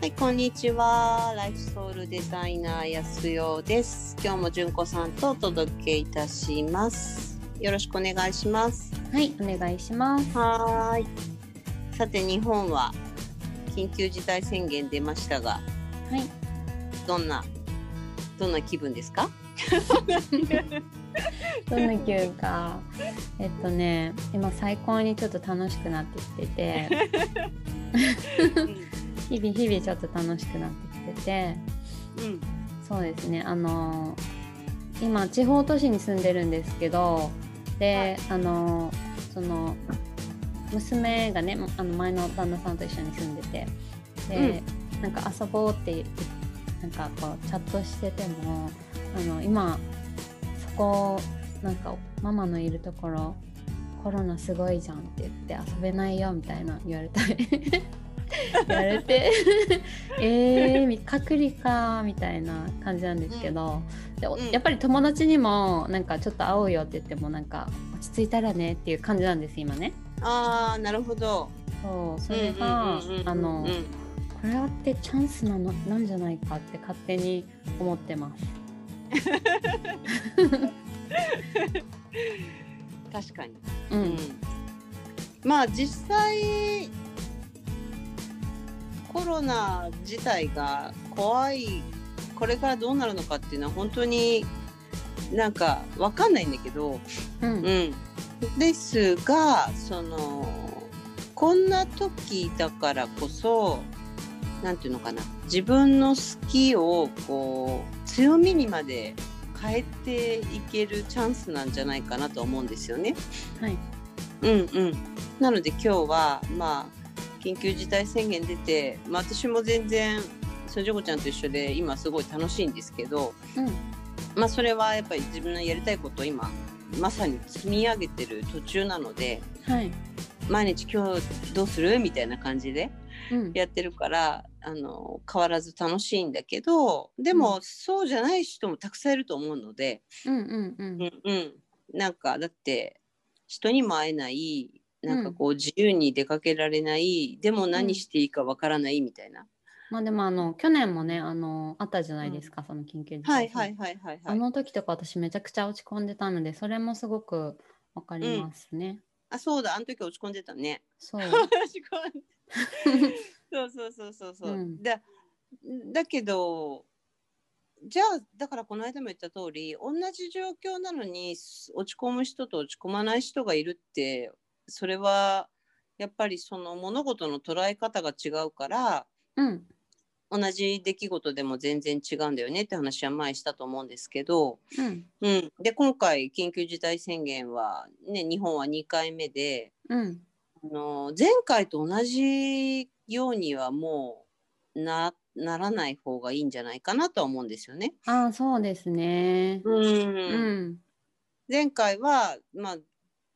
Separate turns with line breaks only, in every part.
はい、こんにちは。ライフソウルデザイナー安代です。今日も純子さんとお届けいたします。よろしくお願いします。
はい、お願いします。
はーい。さて、日本は緊急事態宣言出ましたが、
はい。
どんなどんな気分ですか？
どんな気分か。 えっとね、今最高にちょっと楽しくなってきて て、
う
日々日々ちょっと楽しくなってきてて、
ん、
そうですね。あの今地方都市に住んでるんですけど、で、あのその娘がね、あの前の旦那さんと一緒に住んでて、で、なんか遊ぼうって言ってなんかこうチャットしてても、あの今そこなんかママのいるところコロナすごいじゃんって言って遊べないよみたいな言われたり 言われてえー、み隔離かみたいな感じなんですけど、でお
うん
やっぱり友達にもなんかちょっと会おうよって言ってもなんか落ち着いたらねっていう感じなんです今ね。
ああ、なるほど。
そうそれが
うんうんうんうん
あの
うん
これってチャンスなのなんじゃないかって勝手に思ってます。
確かに。う
う
んん、まあ実際コロナ自体が怖いこれからどうなるのかっていうのは本当になんかわかんないんだけど、
う
う、
ん
ん、ですがそのこんな時だからこそなんていうのかな自分の好きをこう強みにまで変えていけるチャンスなんじゃないかなと思うんですよね。
はい
うんうん、なので今日はまあ緊急事態宣言出て、まあ、私も全然そのジョコちゃんと一緒で今すごい楽しいんですけど、
うん
まあ、それはやっぱり自分のやりたいことを今まさに積み上げてる途中なので
はい、
毎日今日どうするみたいな感じで
うん、
やってるからあの変わらず楽しいんだけどでも、
う
そうじゃない人もたくさんいると思うので。
うんうんうん
うんうん、なんかだって人にも会えないなんかこう自由に出かけられない、でも何していいかわからないみたいな、
まあでもあの去年もねあのあったじゃないですか、その緊急事
はい
宣言
はいはいはいは
あ
いあ
の時とか私めちゃくちゃ落ち込んでたのでそれもすごくわかります ね、
そうだあの時落ち込んでたね
そう
落ち込んでそうそうそうそうそう、
うん
だだけどじゃあだからこの間も言った通り同じ状況なのに落ち込む人と落ち込まない人がいるってそれはやっぱりその物事の捉え方が違うから、
うん
同じ出来事でも全然違うんだよねって話は前にしたと思うんですけど、
うん
うん、で今回緊急事態宣言は、ね、日本は2回目で
うん
あの前回と同じようにはもうなならない方がいいんじゃないかなとは思うんですよね。
ああそうですねうん、
前回は、まあ、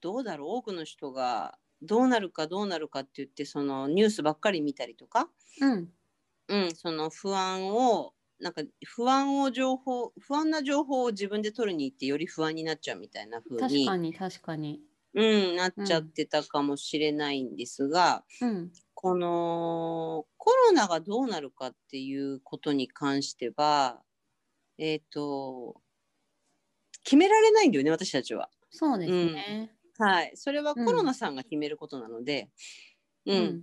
どうだろう多くの人がどうなるかどうなるかって言ってそのニュースばっかり見たりとか、
うん
うん、その不安をなんか不安を情報不安な情報を自分で取りに行ってより不安になっちゃうみたいな風
確
に
かに確かに
うん、なっちゃってたかもしれないんですが、
うん
このコロナがどうなるかっていうことに関してはえっ、と決められないんだよね私たちは。
そうですね、
はい、それはコ
うん
ロナさんが決めることなので、うん
うん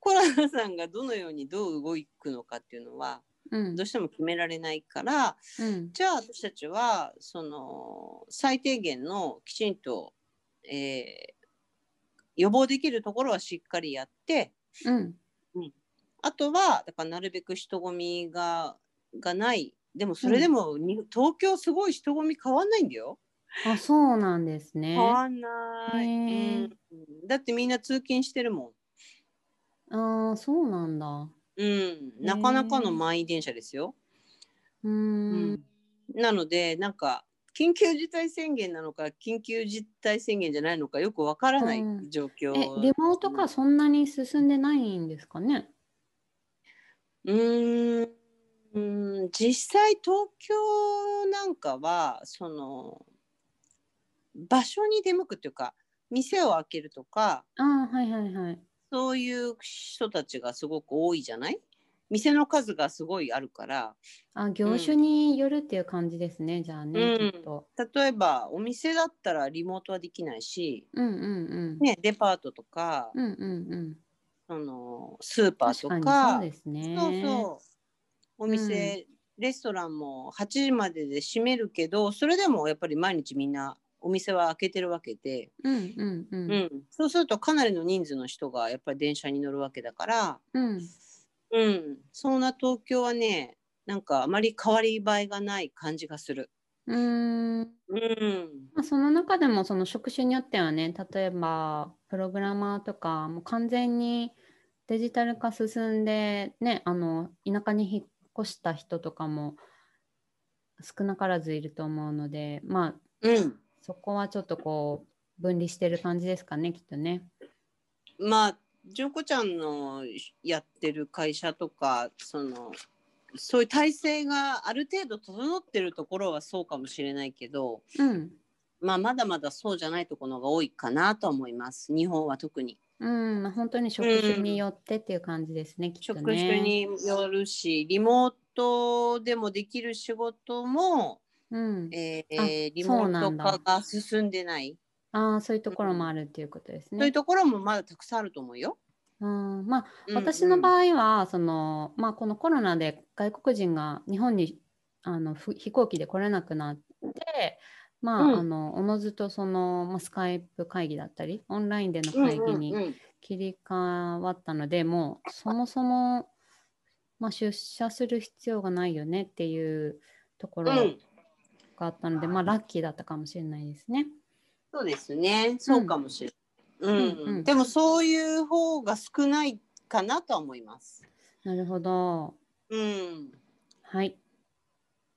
コロナさんがどのようにどう動くのかっていうのは
うん
どうしても決められないから、
うん
じゃあ私たちはその最低限のきちんと、えー予防できるところはしっかりやって
うん
あとはだからなるべく人混みががないでもそれでもに、東京すごい人混み変わんないんだよ。
あそうなんですね
変わんない、
へ
う
ー
んだってみんな通勤してるもん。
ああそうなんだう
うん、なかなかの満員電車ですよ。
ーん
なのでなんか緊急事態宣言なのか緊急事態宣言じゃないのかよくわからない
うん
状況、
えリモート化そんなに進んでないんですかね
うーんうーん実際東京なんかはその場所に出向くというか店を開けるとか
ああはいはいはい
そういう人たちがすごく多いじゃない店の数がすごいあるから
あ業種によるっていう感じですね、じゃあね、
うん
きっと。
例えばお店だったらリモートはできないし、
うんうんうん。
ね、デパートとか、
うんうんうん。
そのスーパー
確
と
か
か
にそうですね。
そうそうお店、レストランも8時までで閉めるけどそれでもやっぱり毎日みんなお店は開けてるわけで、
うんうんう。
うんんそうするとかなりの人数の人がやっぱり電車に乗るわけだから、
うん
うん、そんな東京はねなんかあまり変わり映えがない感じがする。
うーん
うん、
まあ、その中でもその職種によってはね例えばプログラマーとかもう完全にデジタル化進んで、ね、あの田舎に引っ越した人とかも少なからずいると思うので、まあ、
うん
そこはちょっとこう分離してる感じですかねきっとね。
まあ純子ちゃんのやってる会社とかそのそういう体制がある程度整ってるところはそうかもしれないけど、
うん
まあ、まだまだそうじゃないところが多いかなとは思います日本は特に。
うんまあ、本当に職種によってっていう感じですね、きっとね。
職種によるしリモートでもできる仕事も、
うん、
えー
あ
リモ
そうな
ー
ん
ト
だ
化が進んでない
ああそういうところもあるっていうことです
そういう
ね。
ところもまだたくさんあると思うよ。
うんまあ、
うん
私の場合はその、まあ、このコロナで外国人が日本にあのふ飛行機で来れなくなって、まあ
うん
あのおのずとその、まあ、スカイプ会議だったりオンラインでの
うん
会議
うん
に
うん
切り替わったので、もうそもそも、まあ、出社する必要がないよねっていうところ
うん
があったので、まあ、ラッキーだったかもしれないですね。
そうですね。そうかもしれない。うん。
うんうん
でもそういう方が少ないかなとは思います。
なるほど。
うん。
はい。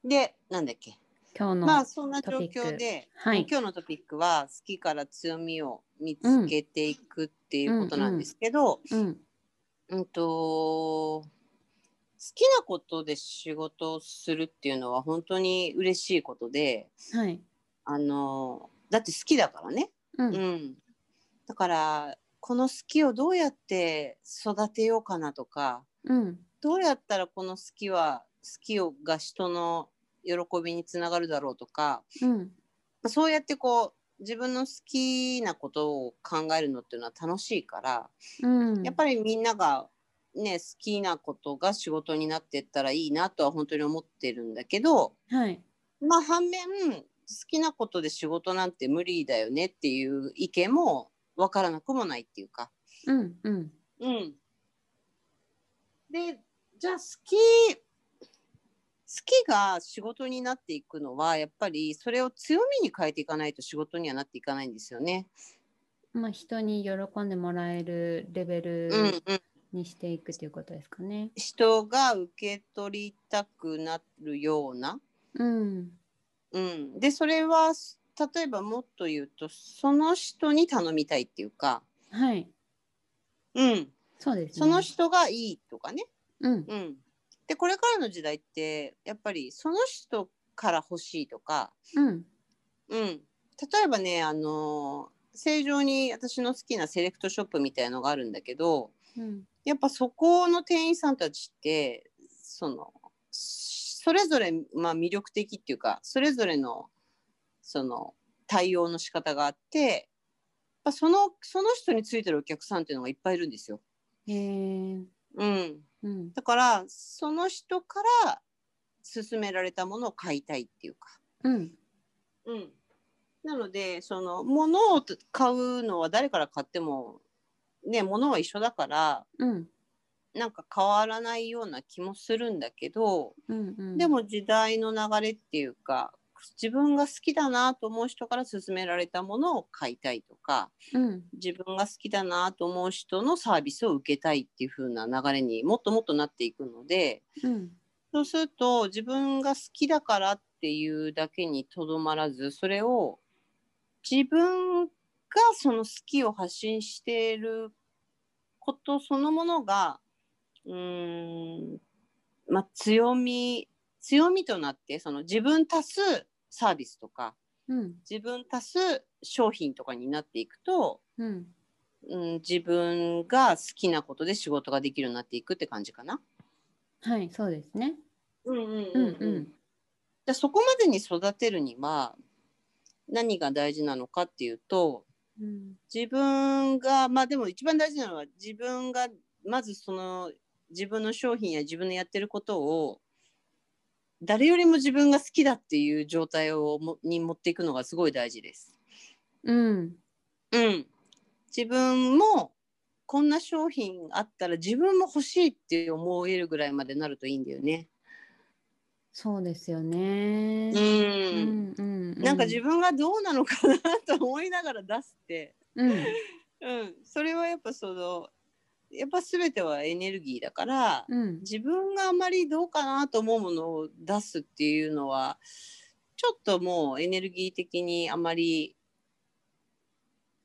で、なんだっけ。
今日の、
まあそんな状
トピック
況で、
はい。
今日のトピックは好きから強みを見つけていくっていうことなんですけど、
うん。
うんと。好きなことで仕事をするっていうのは本当に嬉しいことで、
はい。
あのだって好きだからね。
うん。
うん、だからこの好きをどうやって育てようかなとか
うん。
どうやったらこの好きは好きをが人の喜びにつながるだろうとか
うん。
そうやってこう自分の好きなことを考えるのっていうのは楽しいから、
うん。
やっぱりみんなが、ね、好きなことが仕事になってったらいいなとは本当に思ってるんだけど
はい。
まあ反面好きなことで仕事なんて無理だよねっていう意見もわからなくもないっていうか。
うん。うん。
うん、でじゃあ好き好きが仕事になっていくのはやっぱりそれを強みに変えていかないと仕事にはなっていかないんですよね。
まあ、人に喜んでもらえるレベ
う
ル
んうん、
にしていくということですかね。
人が受け取りたくなるような、
うん。
うん、でそれは例えばもっと言うとその人に頼みたいっていうか、
はい。
うん、
そうですね。
その人がいいとかね
うん。
うん、でこれからの時代ってやっぱりその人から欲しいとか、
うん。
うん、例えばねあの正常に私の好きなセレクトショップみたいのがあるんだけど
うん。
やっぱそこの店員さんたちってそのそれぞれ、まあ、魅力的っていうかそれぞれのその対応の仕方があってやっぱそのその人についてるお客さんっていうのがいっぱいいるんですよ。
えー。
うん、
うん。
だからその人から勧められたものを買いたいっていうか、
うん。
うん、なのでその物を買うのは誰から買ってもね物は一緒だから
うん。
なんか変わらないような気もするんだけど、
うん。うん。
で。も時代の流れっていうか自分が好きだなと思う人から勧められたものを買いたいとか
うん。
自分が好きだなと思う人のサービスを受けたいっていう風な流れにもっともっとなっていくので、
うん。
そうすると自分が好きだからっていうだけにとどまらずそれを自分がその好きを発信していることそのものがうーん、まあ、強み強みとなってその自分足すサービスとか
うん。
自分足す商品とかになっていくと、
うん。
うん、自分が好きなことで仕事ができるようになっていくって感じかな。
はい、そうですね。
うんうん
うんうん。
じゃあそこまでに育てるには何が大事なのかっていうと
うん、
自分がまあでも一番大事なのは自分がまずその自分の商品や自分のやってることを誰よりも自分が好きだっていう状態をもに持っていくのがすごい大事です。
うん、
うん、自分もこんな商品あったら自分も欲しいって思えるぐらいまでなるといいんだよね。
そうですよね。う
うん、
ん、うん、
なんか自分がどうなのかなと思いながら出すって、
分。
うん、それはやっぱそのやっぱ全てはエネルギーだから
うん、うん、
自分があまりどうかなと思うものを出すっていうのはちょっともうエネルギー的にあまり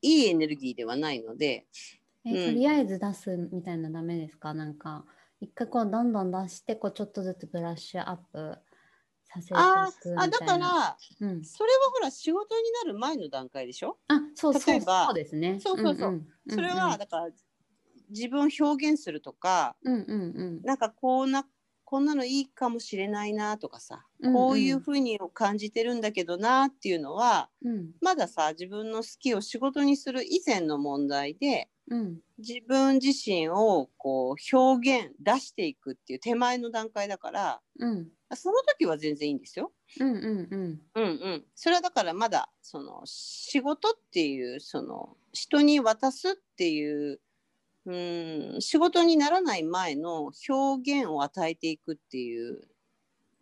いいエネルギーではないので、
え、
う
と
ん
りあえず出すみたいなダメですか、なんか一回こうどんどん出してこうちょっとずつブラッシュアップさせてい
あ
く
ー
みた
あ
いな
だから
うん、
それはほら仕事になる前の段階でしょ、
あそうそう
例えば
そうですね
そうそうそうん
ん
それはだから自分を表現するとか
うんうんうん
なんかこうなこんなのいいかもしれないなとかさ
うんうん
こういうふうに感じてるんだけどなっていうのは
うん
まださ自分の好きを仕事にする以前の問題で
うん
自分自身をこう表現出していくっていう手前の段階だから
うん
その時は全然いいんですよ。
うんうんうん
うんうん、それはだからまだその仕事っていうその人に渡すっていう、うん、仕事にならない前の表現を与えていくっていう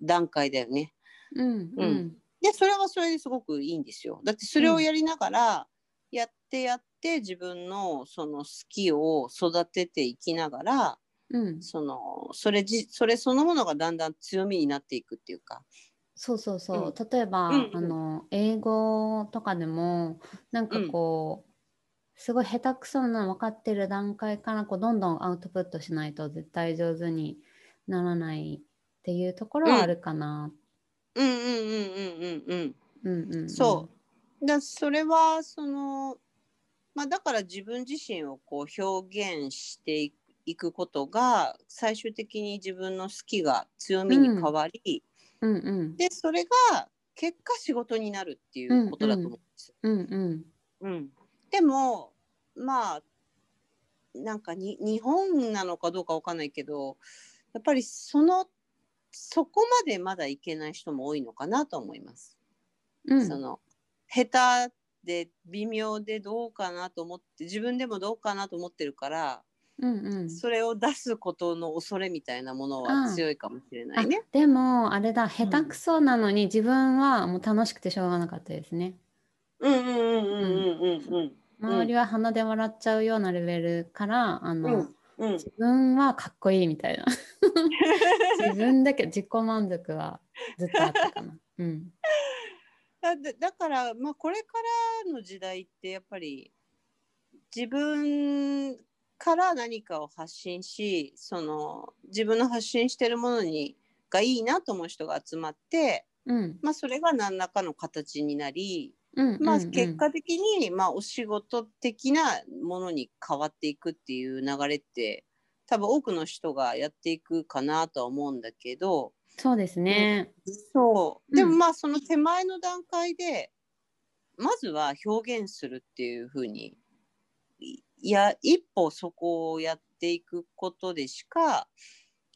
段階だよね。
うん
う
うん
んでそれはそれですごくいいんですよ。だってそれをやりながらやってやって自分のその好きを育てていきながら
うん
そのそれじそれそのものがだんだん強みになっていくっていうか。
そうそうそう、例えば、
うんうん
あの英語とかでもなんかこう、すごい下手くそなの分かってる段階からこうどんどんアウトプットしないと絶対上手にならないっていうところはあるかな。
うんうんうんうんうんうん。
うんうんうん、
そだそれはその、まあ、だから自分自身をこう表現していいくことが最終的に自分の好きが強みに変わり、
う。うんうん
でそれが結果仕事になるっていうことだと思うんですよ。
うんうん
うんでもまあなんかに日本なのかどうかわかんないけどやっぱりそのそこまでまだいけない人も多いのかなと思います。
うん
その下手で微妙でどうかなと思って自分でもどうかなと思ってるから、
うんうん
それを出すことの恐れみたいなもの
ああ
は強いかもしれな
あ
いね。
でもあれだ
う
下
ん
手くそなのに自分はもう楽しくてしょうがなかったですね。
うんうんうんうんうんうん
周りは鼻で笑っちゃうようなレベルからあの、
うんうん
自分はかっこいいみた いな自分だけ自己満足はずっとあったかな。うん、
だだだから、まあ、これからの時代ってやっぱり自分から何かを発信しその自分の発信してるものにがいいなと思う人が集まって、
うん、
まあ、それが何らかの形になり
うん、
まあ、
うんうん
結果的に、まあ、お仕事的なものに変わっていくっていう流れって多分多くの人がやっていくかなとは思うんだけど
そうですね。
そうでも
うん
まあその手前の段階で、まずは表現するっていうふうにいや一歩そこをやっていくことでしか、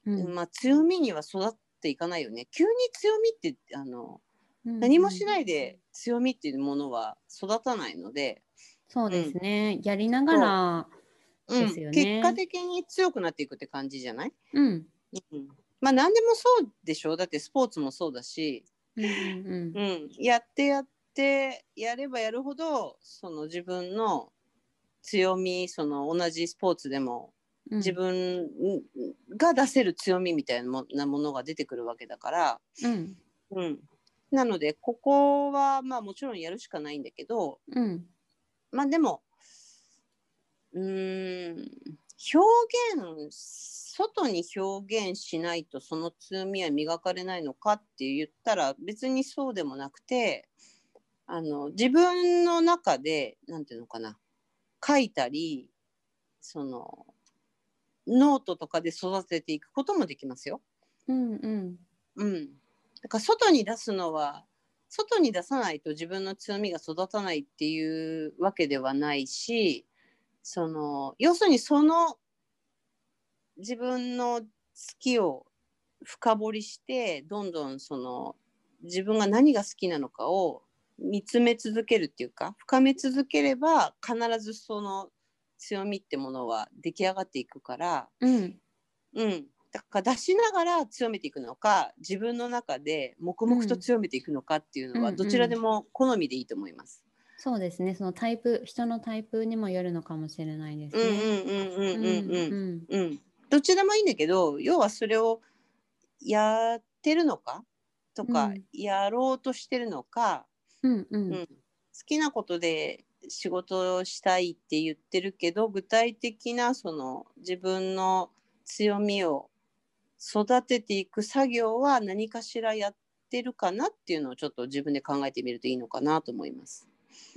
うん
まあ、強みには育っていかないよね。急に強みってあの
うん
何もしないで強みっていうものは育たないので。
そうですね。やりながら、
うん
ですよね
結果的に強くなっていくって感じじゃない、
うん、
うん、まあ何でもそうでしょだってスポーツもそうだし、
うん、うん
う、ん、やってやってやればやるほどその自分の強みその同じスポーツでも
うん
自、分が出せる強みみたいなもなものが出てくるわけだから、
うん、
うん、なのでここはまあもちろんやるしかないんだけど、
うん、
まあでもうーん表現外に表現しないとその強みは磨かれないのかって言ったら別にそうでもなくてあの自分の中でなんていうのかな書いたりそのノートとかで育てていくこともできますよ。
うんうん
うん、だから外に出すのは外に出さないと自分の強みが育たないっていうわけではないしその要するにその自分の好きを深掘りしてどんどんその自分が何が好きなのかを見つめ続けるっていうか深め続ければ必ずその強みってものは出来上がっていくから。
うん
うん、だから出しながら強めていくのか自分の中で黙々と強めていくのかっていうの
う
は
ん
どちらでも好みでいいと思います。
そうですねそのタイプ人のタイプにもよるのかもしれないです
うんうん
ね。
うんうんうんうん
ん
うんどちらもいいんだけど要はそれをやってるのかとか、
うん
やろうとしてるのか、
うんうん
うん好きなことで仕事をしたいって言ってるけど具体的なその自分の強みを育てていく作業は何かしらやってるかなっていうのをちょっと自分で考えてみるといいのかなと思います。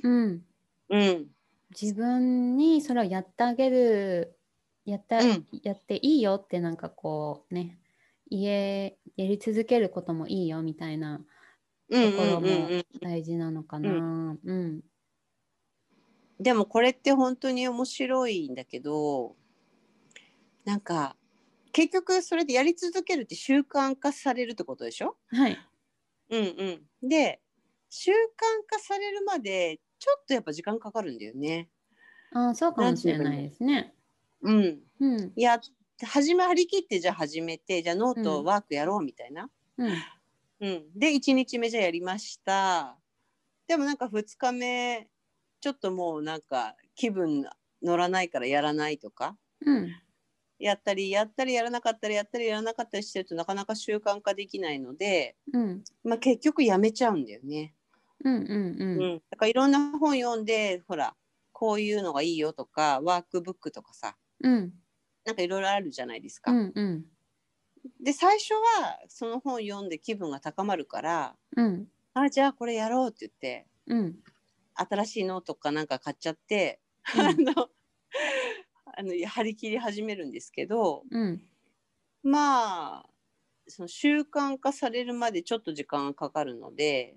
うん
うん、
自分にそれをやってあげるやった、
うん
やっていいよってなんかこうね言えやり続けることもいいよみたいな
うんうん
ところ
うんうん
も大事なのかな。うん、うん
でもこれって本当に面白いんだけどなんか結局それでやり続けるって習慣化されるってことでしょ
はい。
うんうん、で習慣化されるまでちょっとやっぱ時間かかるんだよね。
あーそうかもしれないですね。
うん、
うん
いや始め張り切ってじゃあ始めてじゃあノー
う
ト
ん
ワークやろうみたいな。
うん
うんで1日目じゃあやりました。でもなんか2日目ちょっともうなんか気分乗らないからやらないとか
うん
やったりやったりやらなかったりやったりやらなかったりしてるとなかなか習慣化できないので、
うん
まあ、結局やめちゃうんだよね。
うんうん
う
うん
ん、だからいろんな本読んでほらこういうのがいいよとかワークブックとかさ
うん
なんかいろいろあるじゃないですか。
うんうん
で最初はその本読んで気分が高まるから
うん
あじゃあこれやろうって言って
うん
新しいノートかなんか買っちゃって、
うん
あのあの張り切り始めるんですけど
うん
まあその習慣化されるまでちょっと時間がかかるので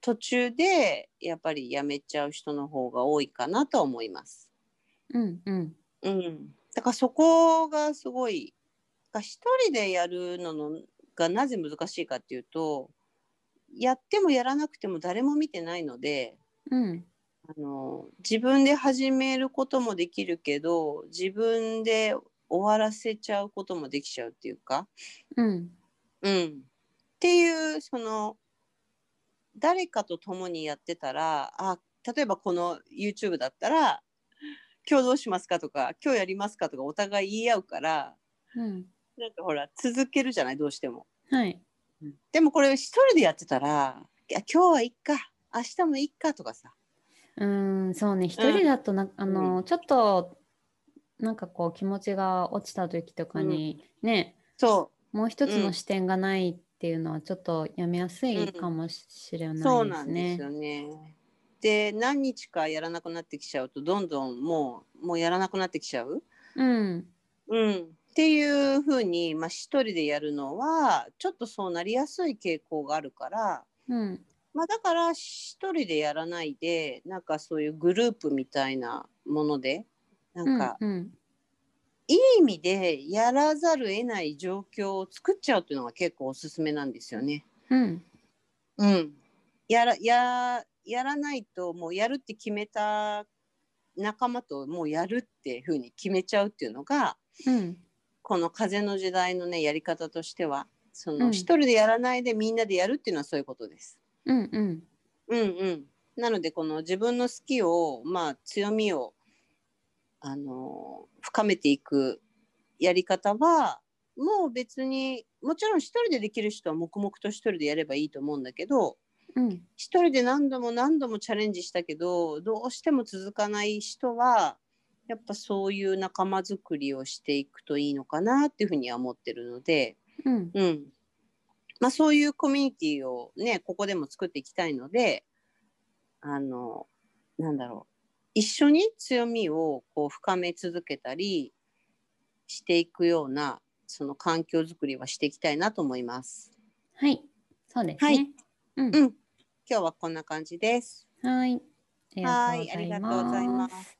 途中でやっぱりやめちゃう人の方が多いかなとは思います。
うんうん
うん、だからそこがすごいだから一人でやるののがなぜ難しいかっていうとやってもやらなくても誰も見てないので
うん
あの自分で始めることもできるけど自分で終わらせちゃうこともできちゃうっていうか、
うん
うん、っていうその誰かと共にやってたらあ例えばこの YouTube だったら今日どうしますかとか今日やりますかとかお互い言い合うから
うん
なんかほら続けるじゃないどうしても。
はい
でもこれ一人でやってたらいや今日はいっか明日もいっかとかさ。
うーんそうね一人だとな、あのちょっとなんかこう気持ちが落ちた時とかに、ね
そ
もう一つ
うん
の視点がないっていうのはちょっとやめやす
うん
いかもしれな
う
いですね。
そうなんですよね。で何日かやらなくなってきちゃうとどんどんもうもうやらなくなってきちゃう。
うん
うん、っていうふうに、まあ、一人でやるのはちょっとそうなりやすい傾向があるから、
うん
まあ、だから一人でやらないでなんかそういうグループみたいなものでなんか
うんうん
いい意味でやらざるを得ない状況を作っちゃうっていうのが結構おすすめなんですよね。
うん
うん、やらややらないともうやるって決めた仲間ともうやるっていうふうに決めちゃうっていうのが
うん
この風の時代のねやり方としてはその、
うん
一人でやらないでみんなでやるっていうのはそういうことです。
うんうん
うんうん、なのでこの自分の好きをまあ強みをあの深めていくやり方はもう別にもちろん一人でできる人は黙々と一人でやればいいと思うんだけど
うん
一人で何度も何度もチャレンジしたけどどうしても続かない人はやっぱそういう仲間づくりをしていくといいのかなっていうふうには思ってるので、
うん
うんまあ、そういうコミュニティをねここでも作っていきたいのであのなんだろう一緒に強みをこう深め続けたりしていくようなその環境づくりはしていきたいなと思います。
はい、そうですね。
はい
うん
う、ん、今日はこんな感じです。
はい。。
はい、ありがとうございますす。